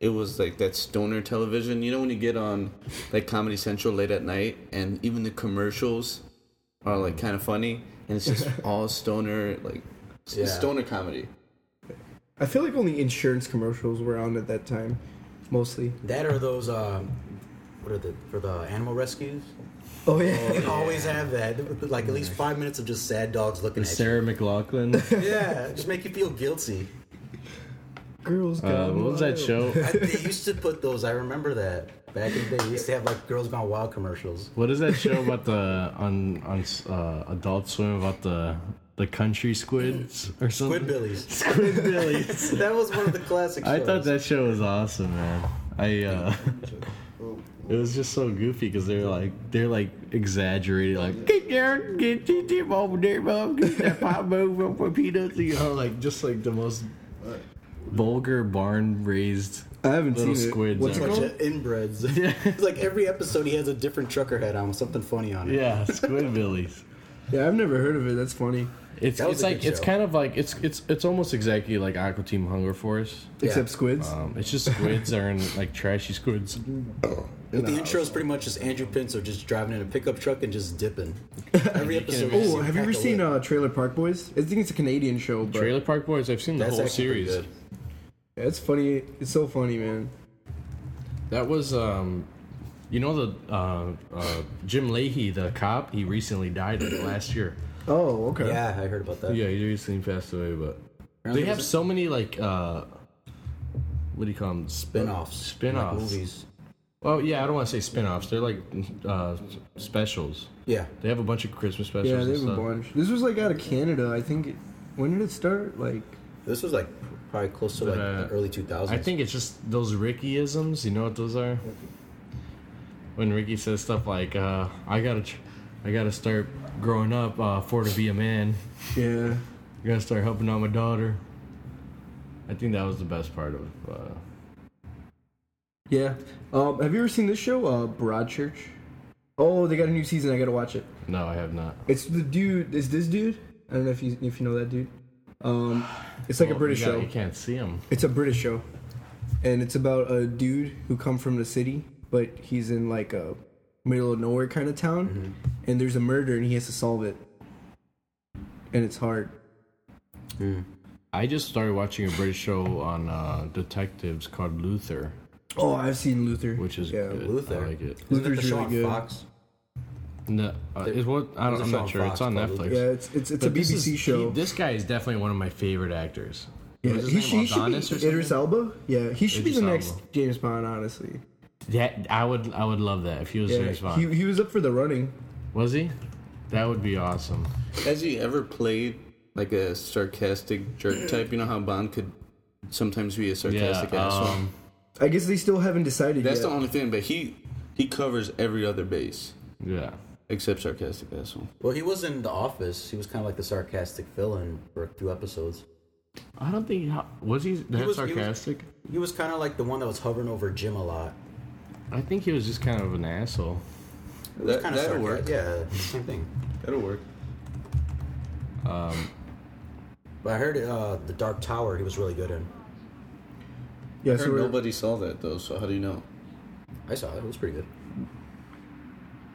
A: it was like that stoner television. You know when you get on like Comedy Central late at night, and even the commercials are like kind of funny, and
E: <laughs>
A: it's just all stoner like s-
E: Yeah.
A: stoner comedy.
B: I feel like only insurance commercials were on at that time, mostly.
E: That or those. Um, what are the for the animal rescues?
B: Oh yeah.
E: They always have that. Like at least five minutes of just sad dogs looking at
D: sarah mclaughlin
B: <laughs>
E: you. Yeah, just make you feel guilty.
B: <laughs> Girls
D: uh,
B: Gone
D: what was that
B: Wild.
D: show
E: I, they used to put those. I remember that back in the day. They used to have like Girls Gone Wild commercials.
D: what is that show about the on on uh, adult swim about the the country squids or something
E: Squidbillies.
B: <laughs>
D: squid <laughs> billies
E: that was one of the classic. Shows.
D: I thought that show was awesome, man. I uh <laughs> It was just so goofy because they're like they're like exaggerated, like get your get your tip over there, mom, get <laughs> that pop over for peanuts, you know, Oh, like just like the most uh, vulgar barn <laughs> raised.
B: I haven't
D: Little
B: seen
D: squids
B: it. What's
E: It's
B: it
E: a
D: out
E: bunch
B: called?
E: of inbreds.
B: <laughs>
E: It's like every episode, he has a different trucker head on with something funny on it.
D: Yeah, Squidbillies.
B: Yeah, I've never heard of it. That's funny.
D: It's
E: That was
D: it's
E: a
D: like
E: good
D: it's
E: show.
D: kind of like it's it's it's almost exactly like Aqua Team Hunger Force.
B: Except squids.
D: Um, it's just squids are in like trashy squids.
E: But the intro is pretty much just Andrew Pinto just driving in a pickup truck and just
B: <laughs>
E: dipping. Every episode. you
B: oh,
E: see
B: have you ever
E: Paco
B: seen
E: Lip.
B: uh, Trailer Park Boys? I think it's a Canadian show, but
D: Trailer Park Boys. I've seen the
E: That's
D: whole
E: actually pretty
D: series.
E: good.
B: Yeah, it's funny. It's so funny, man.
D: That was, um, you know, the uh, uh, Jim Leahy, the cop. He recently died like, last year.
B: Oh, okay.
E: Yeah, I heard about that.
D: Yeah, he recently passed away. But they
E: it
D: have
E: was-
D: so many like, uh, what do you call them?
E: Spin-offs.
D: Spin-offs.
E: Like movies.
D: Oh yeah, I don't want to say spin-offs. They're like uh, specials.
E: Yeah.
D: They have a bunch of Christmas specials.
B: Yeah, they
D: and
B: have a
D: stuff.
B: bunch. This was like out of Canada, I think. It, when did it start? Like,
E: This was like probably close to like
D: uh,
E: the early 2000s.
D: I think it's just those Rickyisms. You know what those are? When Ricky says stuff like, uh, "I gotta, tr- I gotta start growing up uh, for to be a man."
B: yeah,
D: I gotta start helping out my daughter. I think that was the best part of. Uh,
B: yeah. Um, have you ever seen this show, uh, Broadchurch? Oh, they got a new season. I gotta watch it.
D: no, I have not.
B: It's the dude. It's this dude. I don't know if you if you know that dude. Um, it's like a
D: Well,
B: British
D: Oh, you gotta-
B: show.
D: You can't see him.
B: It's a British show, and it's about a dude who come from the city, but he's in like a middle of nowhere kind of town,
D: Mm-hmm.
B: and there's a murder, and he has to solve it, and it's hard.
D: I just started watching a British show on uh, detectives called Luther,
B: Oh, I've seen Luther.
D: which is
B: yeah,
D: good.
E: Luther.
D: I like it.
E: Isn't that the
B: Luther's
E: show
B: really
E: on
B: good.
E: Fox?
D: No, uh, is what I don't,
E: There's a
D: I'm
E: show
D: not
E: on
D: sure.
E: Fox
D: it's on
E: called
D: Netflix.
E: Luther.
B: Yeah, it's it's it's
D: But
B: a
D: this
B: BBC
D: is-
B: show.
D: he- this guy is definitely one of my favorite actors.
B: yeah,
D: What was
B: he,
D: his
B: should-
D: name?
B: he should
D: Adonis or
B: be Idris
D: something?
B: Elba. Yeah, he should be
D: Idris
B: the next
D: Elba.
B: James Bond. Honestly,
D: That I would I would love that if he was
B: yeah,
D: James Bond.
B: he he was up for the running.
D: was he? That would be awesome.
A: Has he ever played like a
E: <clears throat>
A: sarcastic jerk type? You know how Bond could sometimes be a
D: Yeah.
A: sarcastic asshole.
D: Um,
B: I guess they still haven't decided
A: That's
B: yet.
A: the only thing, but he he covers every other base.
D: yeah.
A: except sarcastic asshole.
E: Well, he was in The Office. He was kind of like the sarcastic villain for a few episodes.
D: I don't think was he that
E: was- he was-
D: sarcastic.
E: He was kind of like the one that was hovering over Jim a lot.
D: I think he was just kind of an asshole.
A: That,
E: Kind of sarcastic.
A: that'll work.
E: Yeah, same thing.
A: That'll work.
E: But I heard uh, The Dark Tower. He was really good in.
B: Yeah,
A: I
B: so
A: heard
B: we're,
A: nobody saw that though, so how do you know?
E: I saw it. It was pretty good.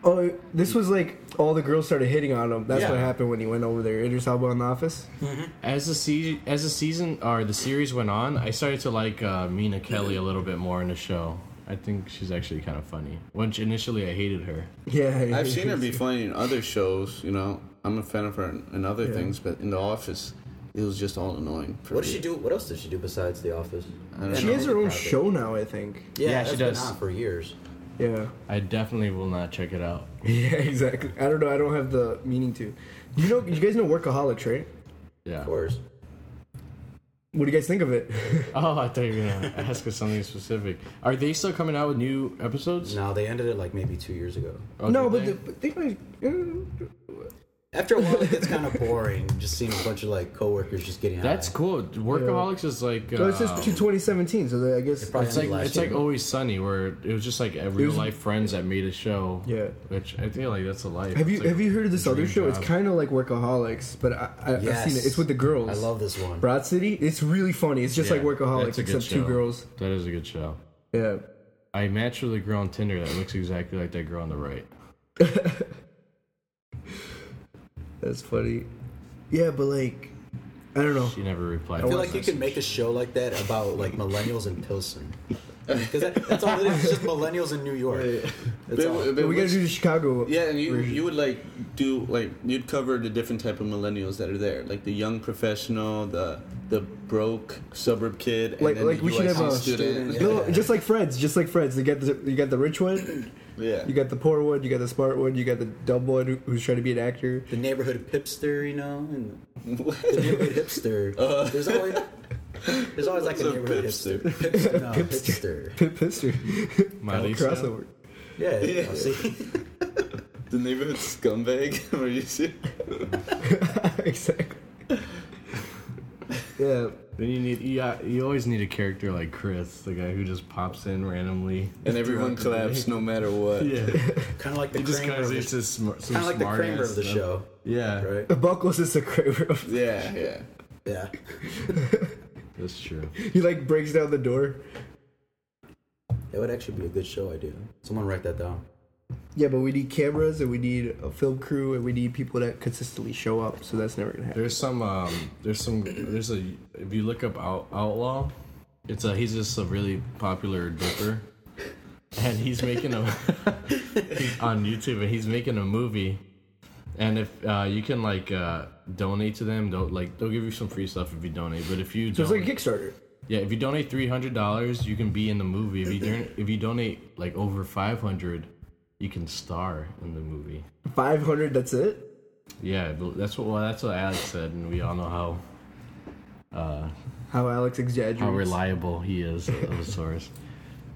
B: oh, this was like all the girls started hitting on him. That's
E: Yeah.
B: what happened when he went over there. Idris Elba in the office. <laughs>
D: As the season, as the season or the series went on, I started to like uh, Mina Kelly a little bit more in the show. I think she's actually kind of funny. Which initially I hated her.
B: Yeah, yeah,
A: I've seen
B: <laughs>
A: her
B: yeah.
A: be funny in other shows, you know. I'm a fan of her in, in other things, but in The Office, it was just all annoying. For
E: What did
A: me.
E: she do? What else did she do besides The Office?
A: I don't
B: She
A: know.
B: has her own show now, I think.
E: Yeah,
D: Yeah,
E: that's
D: she
E: been
D: does.
E: on for years.
B: Yeah. <laughs>
D: I definitely will not check it out.
B: Yeah, exactly. I don't know. I don't have the meaning to. You know, you guys know Workaholics, right?
D: Yeah.
E: Of course.
B: What do you guys think of it? <laughs>
D: Oh, I thought you were
E: <laughs>
D: gonna ask us something specific. Are they still coming out with new episodes?
E: No, they ended it like maybe two years ago.
D: Oh,
B: no,
D: did
B: but,
D: they?
B: the, but they might. uh,
E: After a while, it gets kind of boring. Just seeing a bunch of like coworkers just getting.
D: that's
E: high.
D: cool. Workaholics is like. Uh,
B: No, it says to 2017, so they, I guess.
E: probably
D: It's like
E: Last
D: it's
E: year.
D: like Always Sunny, where it was just like a real
B: was-
D: life friends that made a show.
B: Yeah.
D: which I feel like that's a life.
B: Have
D: It's
B: you
D: like
B: have you heard of this
D: a
B: other
D: dream
B: show? It's
D: job.
B: kind of like Workaholics, but I, I, I've seen it. It's with the girls.
E: I love this one.
B: Broad City. It's really funny. It's just
D: Yeah,
B: like Workaholics,
D: that's a good
B: except two
D: show.
B: girls.
D: That is a good show.
B: Yeah.
D: I matched with a girl on Tinder that looks exactly like that girl on the right.
B: That's funny. Yeah, but like, I don't know.
D: She never replied.
E: I feel like you could make a show like that about like millennials in Pilsen. Because that, that's all it is. It's just millennials in New York. That's
A: But-
E: all.
B: we
A: but
B: gotta
A: what's-
B: do the Chicago.
A: Yeah, and you you would like do like you'd cover the different type of millennials that are there, like the young professional, the the broke suburb kid, and
B: Like-
A: then
B: like,
A: the
B: we should
A: UIC
B: have a-
A: student.
E: student,
B: No, just like Fred's, just like Fred's. You got the you got the rich one,
A: <laughs> Yeah,
B: you got the poor one, you got the smart one, you got the dumb one who- who's trying to be an actor.
E: The neighborhood hipster, you know, and the neighborhood hipster.
B: Uh,
E: there's always there's always
B: <laughs>
E: like a
A: What's a
E: neighborhood
A: pipster?
E: hipster. Pipster, no, hipster.
B: Pip Pister.
D: Miley
B: <laughs> crossover.
E: Yeah, yeah. See,
A: the neighborhood scumbag. <laughs> Are you serious?
B: <laughs> exactly. yeah.
D: Then you need you, uh, you always need a character like Chris, the guy who just pops in randomly.
A: And everyone claps no matter what.
D: Yeah,
E: kind of like the
D: he just
E: Kramer
D: kind
E: of
D: of
E: the,
D: it's just smart, some
E: kind of like the
D: smart
E: Kramer
D: ass
E: of the
D: stuff.
E: show,
D: Yeah,
E: right?
B: Buckles is a craver.
A: Yeah, yeah.
E: Yeah.
D: that's true.
B: He like breaks down the door.
E: That would actually be a good show idea. Someone write that down.
B: Yeah, but we need cameras and we need a film crew and we need people that consistently show up. So that's never gonna happen.
D: There's some um there's some there's a if you look up out, outlaw, it's a he's just a really popular dipper. And he's making a <laughs> he's on YouTube and he's making a movie. And if uh, you can like uh, donate to them, they'll like they'll give you some free stuff if you donate. But if you
B: So it's
D: don't,
B: like a Kickstarter.
D: yeah, if you donate three hundred dollars, you can be in the movie. If you don- if you donate like over five hundred, you can star in the movie.
B: Five hundred. That's it.
D: Yeah, but that's what well, that's what Alex said, and we all know how
B: How Alex exaggerates.
D: how reliable he is
B: <laughs>
D: of a source.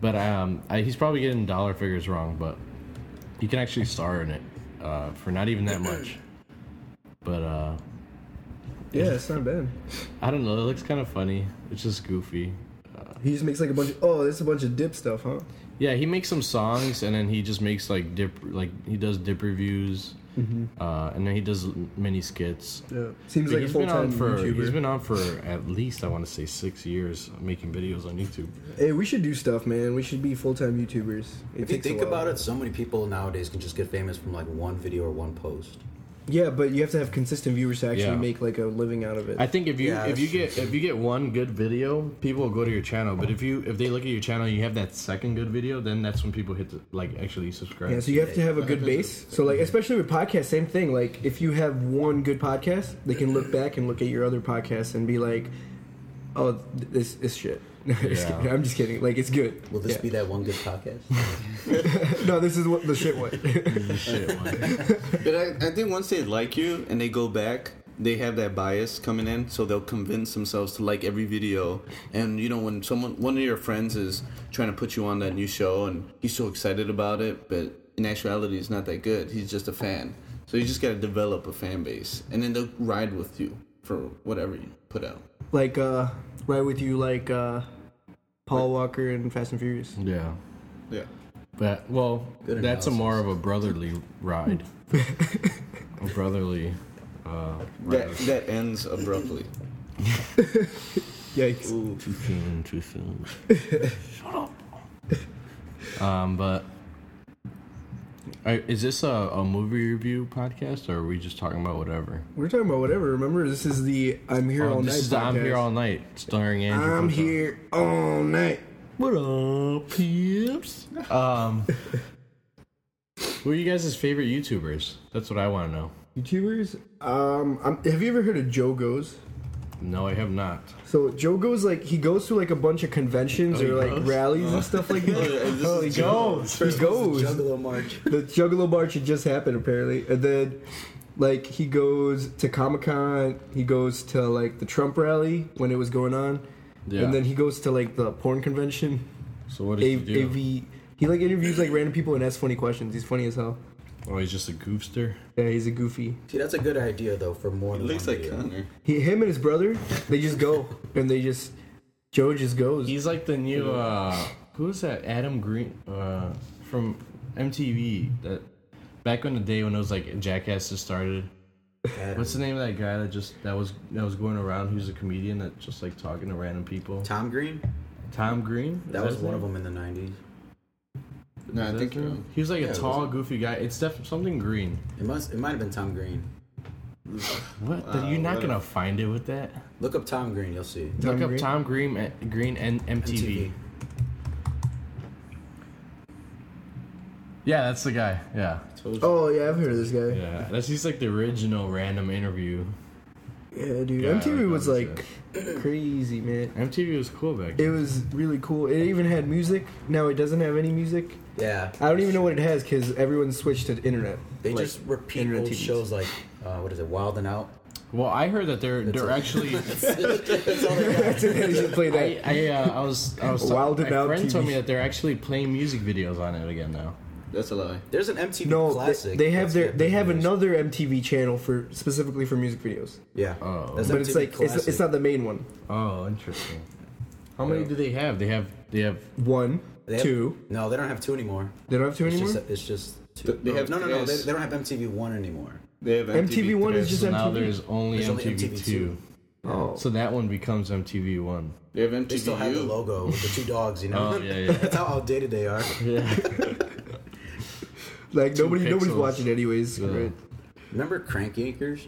D: But um, I, he's probably getting dollar figures wrong, but you can actually star in it uh, for not even that much. But uh,
B: yeah, it's not bad.
D: I don't know. It looks kind of funny. It's just goofy.
B: He just makes like a bunch. Of, oh, there's a bunch of dip stuff, huh?
D: Yeah, he makes some songs, and then he just makes like dip, like he does dip reviews, uh, and then he does mini skits.
B: Mm-hmm. Yeah. Seems
D: But
B: like a
D: he's
B: full
D: been on
B: time
D: for
B: YouTuber.
D: he's been on for at least I want to say six years making videos on YouTube.
B: Hey, we should do stuff, man. We should be full time YouTubers. It
E: If you
B: takes a
E: think
B: while.
E: about it, so many people nowadays can just get famous from like one video or one post.
B: yeah, but you have to have consistent viewers to actually
D: Yeah.
B: make like a living out of it.
D: I think if you
E: Yeah,
D: if you
E: that's
D: get if you get one good video, people will go to your channel. But if you if they look at your channel, and you have that second good video, then that's when people hit the, like actually subscribe.
B: yeah, so you have to have a good base. So like, especially with podcasts, same thing. Like, if you have one good podcast, they can look back and look at your other podcasts and be like, "Oh, th- this is shit." <laughs> No, I'm just
D: Yeah.
B: kidding. I'm just kidding. Like, it's good.
E: Will this
B: Yeah.
E: be that one good <laughs> podcast?
B: no? This is what the shit one. <laughs>
D: Shit, man.
A: But I, I think once they like you and they go back, they have that bias coming in, so they'll convince themselves to like every video. And you know, when someone, one of your friends is trying to put you on that new show, and he's so excited about it, but in actuality is not that good. He's just a fan. So you just got to develop a fan base, and then they'll ride with you for whatever you put out.
B: Like uh, right with you, like uh, Paul Walker and Fast and Furious.
D: Yeah.
A: Yeah.
D: But well,
E: Good
D: that's a
E: analysis.
D: more of a brotherly
B: <laughs>
D: ride. a brotherly. Uh,
A: That that ends abruptly.
B: Yikes.
D: too soon, too soon. Shut up. Um, but I, is this a, a movie review podcast, or are we just talking about whatever?
B: We're talking about whatever. Remember, this is the I'm here
D: Oh,
B: all
D: this
B: night.
D: is the I'm here
B: podcast.
D: all night, starring Andrew.
B: I'm
D: Pumzo.
B: here all night.
D: What up, peeps? Um, who are you guys' favorite YouTubers? That's what I want to know.
B: YouTubers. Um, I'm, have you ever heard of Joe Goes?
D: No, I have not.
B: So Joe goes like he goes to like a bunch of conventions
D: Oh, he
B: or like
D: goes?
B: rallies and stuff
D: <laughs>
B: like that. oh, he goes. He goes.
E: Juggalo March.
B: The Juggalo March had just happened apparently, and then like he goes to Comic Con. He goes to like the Trump rally when it was going on,
D: Yeah.
B: and then he goes to like the porn convention.
D: So what does
B: A-
D: he do?
B: AV. He like interviews like random people and asks funny questions. He's funny as hell.
D: oh, he's just a goofster.
B: Yeah, he's a goofy.
E: See, that's a good idea though for more.
A: It
E: than
A: <laughs> looks
E: one
A: like
E: video.
A: Connor.
B: He, him and his brother, they just go and they just Joe just goes.
D: He's like the new uh who's that? Adam Green uh from MTV that back in the day when it was like Jackass just started.
E: Adam.
D: What's the name of that guy that just that was that was going around who's a comedian that just like talking to random people?
E: Tom Green?
D: Tom Green? Is
E: That was
D: his
E: one of
D: name?
E: them in the '90s.
A: No, I
D: Is that
A: think
D: his
A: you're
D: name?
A: wrong.
D: He was like
E: Yeah,
D: a
E: was
D: tall, goofy guy. It's definitely something green.
E: It must. It might have been Tom Green.
D: What?
A: Wow,
D: You're not
A: what
D: gonna
A: a-
D: find it with that.
E: Look up Tom Green. You'll see.
B: Tom
D: Look up
B: Green?
D: Tom Green and Green and MTV. Yeah, that's the guy. Yeah.
B: Oh yeah, I've heard of this guy.
D: Yeah, that's he's like the original random interview.
B: Yeah, dude.
D: Yeah, I
B: MTV
D: like
B: was
D: that
B: like <clears throat> crazy, man.
D: MTV was cool back
B: It
D: then.
B: was really cool. It even had music. Now it doesn't have any music.
E: Yeah.
B: I don't even know what it has because everyone switched to the internet. <laughs>
E: They
B: Like,
E: just repeat
B: internet
E: old
B: TVs.
E: shows like uh, what is it? Wild and Out.
D: Well, I heard that they're they're <laughs> actually.
E: That's all they got.
B: they just play
D: I
B: that.
D: I, uh, I was I was
B: Wild
D: my
B: and Out
D: friend told
B: TV.
D: me that they're actually playing music videos on it again now.
A: That's a lie.
E: There's an MTV
B: No,
E: classic.
B: they, they have
E: that's
B: their
E: got
B: they
E: big
B: have
E: videos.
B: another MTV channel for specifically for music videos,
E: Yeah.
D: Oh.
E: There's
B: but it's
E: MTV
B: like it's,
E: classic.
B: it's not the main one.
D: Oh, interesting. How many do they have? They have they have
B: One,
E: They have-
B: two.
E: No, they don't have two anymore.
B: They don't have two
E: It's
B: anymore.
E: just, it's just two.
A: Th- they have
E: no, no, no. They,
A: this.
E: they don't have MTV One anymore.
A: They have
B: MTV One is
A: Tres.
B: just
D: so now
B: MTV.
D: there's only
E: There's only
D: MTV,
E: MTV
D: two.
E: two.
B: oh,
D: So that one becomes MTV one.
A: They have MTV.
E: They still have the
A: U.
E: logo with the
A: <laughs>
E: two dogs. You know.
D: Oh, yeah, yeah.
E: That's how outdated they are.
D: Yeah.
B: like nobody nobody's
D: pixels.
B: watching anyways. Right.
E: Remember Crank Yankers?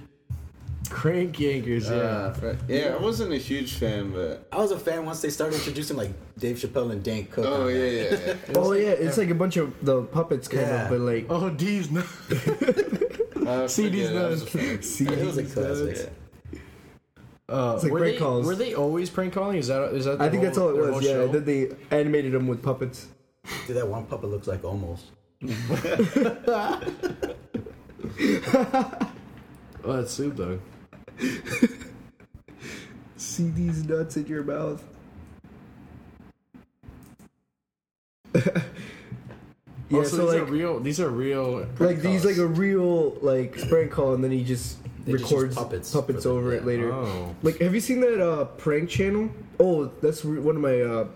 D: Crank Yankers. Yeah.
A: Yeah, right. yeah. I wasn't a huge fan, but
E: I was a fan once they started introducing like Dave Chappelle and Dan Cook. on
A: oh yeah,
E: that.
A: yeah. yeah.
B: Oh yeah, it's like a bunch of the puppets kind
E: Yeah.
B: of, but like
D: oh, D's <laughs> no.
A: I
D: CD's
A: forget, I was a fan.
B: CDs.
E: It was a classic.
D: <laughs>
A: Yeah.
D: Uh,
B: like
D: were
B: prank
D: they,
B: calls.
D: Were they always prank calling? Is that is that?
B: I think
D: their
B: that's
D: whole-
B: all it
D: their whole
B: was. Yeah,
D: show?
B: then they animated them with puppets.
E: Dude, that one puppet looks like almost.
D: Oh, that's soup though.
B: See these nuts in your mouth. <laughs> yeah, so,
D: Oh, so, these are
B: like,
D: real. These are real.
B: like these like a real like prank call, and then he just
E: just use
B: records puppets,
E: puppets for the-
B: over it
E: yeah.
B: later.
D: Oh.
B: Like, have you seen that uh, prank channel? Oh, that's re- one of my uh,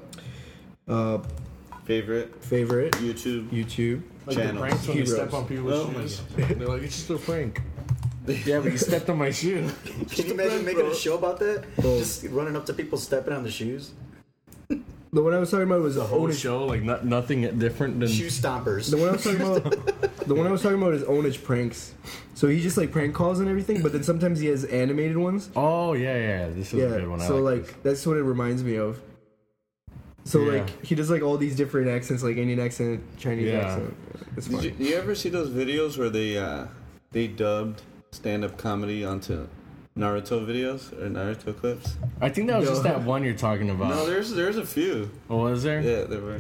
B: uh,
A: <laughs> Favorite
B: favorite
A: YouTube.
B: YouTube.
D: Like
A: channels.
D: the pranks when
B: Heroes.
D: you step on people's
A: Oh my
D: shoes. <laughs> They're like, it's just a <laughs> prank. yeah, but you stepped on my <laughs> shoe.
E: Can you imagine making a show about that? Just running up to people stepping on the shoes?
B: The one I was talking about was the
D: Whole
B: Onage.
D: show, like not, nothing different than.
E: Shoe stompers.
B: The one I was talking about, the one I was talking about is Onage pranks. So he just like prank calls and everything, but then sometimes he has animated ones.
D: Oh yeah, yeah. This is a
B: Yeah.
D: good one. I
B: So
D: like,
B: like that's what it reminds me of. So
D: Yeah.
B: like he does like all these different accents, like Indian accent, Chinese
D: Yeah.
B: accent. It's
A: Did you,
B: funny.
A: do you ever see those videos where they uh, they dubbed stand-up comedy onto Naruto videos or Naruto clips?
D: I think that was
B: No.
D: just that one you're talking about.
A: No, there's there's a few.
D: oh, was there?
A: Yeah, there were.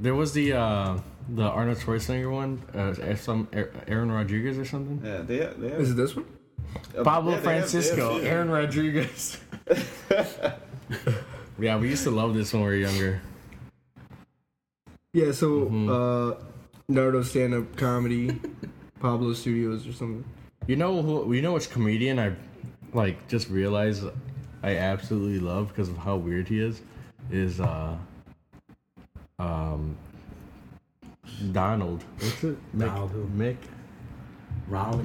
D: There was the uh, the Arnold Schwarzenegger one, uh, eh, some Er- Aaron Rodriguez or something.
A: Yeah, they have, they
B: Is
A: have,
B: it this one?
D: <laughs> Pablo
A: yeah, they have- they have
D: Francisco,
A: few.
D: Aaron Rodriguez.
A: <laughs>
D: yeah, we used to love this when we were younger.
B: Yeah. So uh, Naruto stand up
A: <laughs>
B: comedy, Pablo Studios or something.
D: You know who? You know which comedian I like just realized I absolutely love because of how weird he is is uh um Donald. What's it?
E: Donald who?
D: Mick
E: Ronald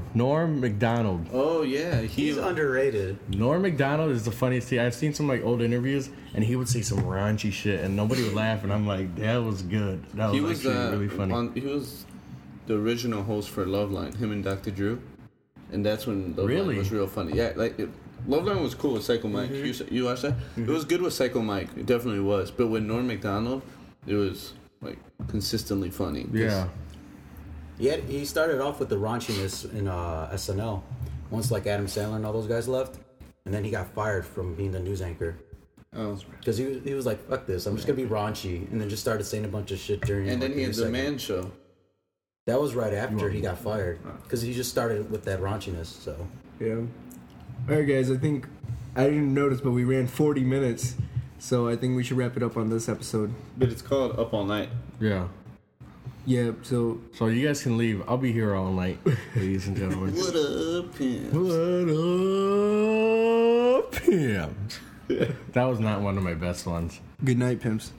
D: McNorm. Norm McDonald.
A: Oh yeah, he,
E: He's underrated.
D: Norm McDonald is the funniest thing. I've seen some like old interviews, and he would say some raunchy shit, and nobody would laugh. And I'm like, that was good. That was,
A: he was
D: actually
A: uh,
D: really funny.
A: On, he was the original host for Loveline, him and Dr. Drew, and that's when Loveline
D: Really? Mm-hmm.
A: was real funny. Yeah, like it, Loveline was cool with Psycho Mike. You s You, watched that? It was good with Psycho Mike. It definitely was. But with Norm Macdonald, it was like consistently funny. 'Cause
D: yeah,
E: He, had, he started off with the raunchiness in uh, SNL. Once like Adam Sandler and all those guys left, and then he got fired from being the news anchor
A: Oh.
E: because he, was- he was like, "Fuck this, I'm just gonna be raunchy," and then just started saying a bunch of shit during.
A: And then
E: like,
A: he
E: the
A: had the
E: segment.
A: Man Show.
E: That was right after he got fired because he just started with that raunchiness. So
B: Yeah. All right, guys. I think I didn't notice, but we ran 40 minutes, so I think we should wrap it up on this episode.
A: But it's called Up All Night.
D: yeah.
B: Yeah. So
D: So you guys can leave. I'll be here all
A: <laughs>
D: night, ladies and gentlemen.
A: What up, pimp? <laughs>
D: What up, pimps? That was not one of my best ones.
B: good night, pimps.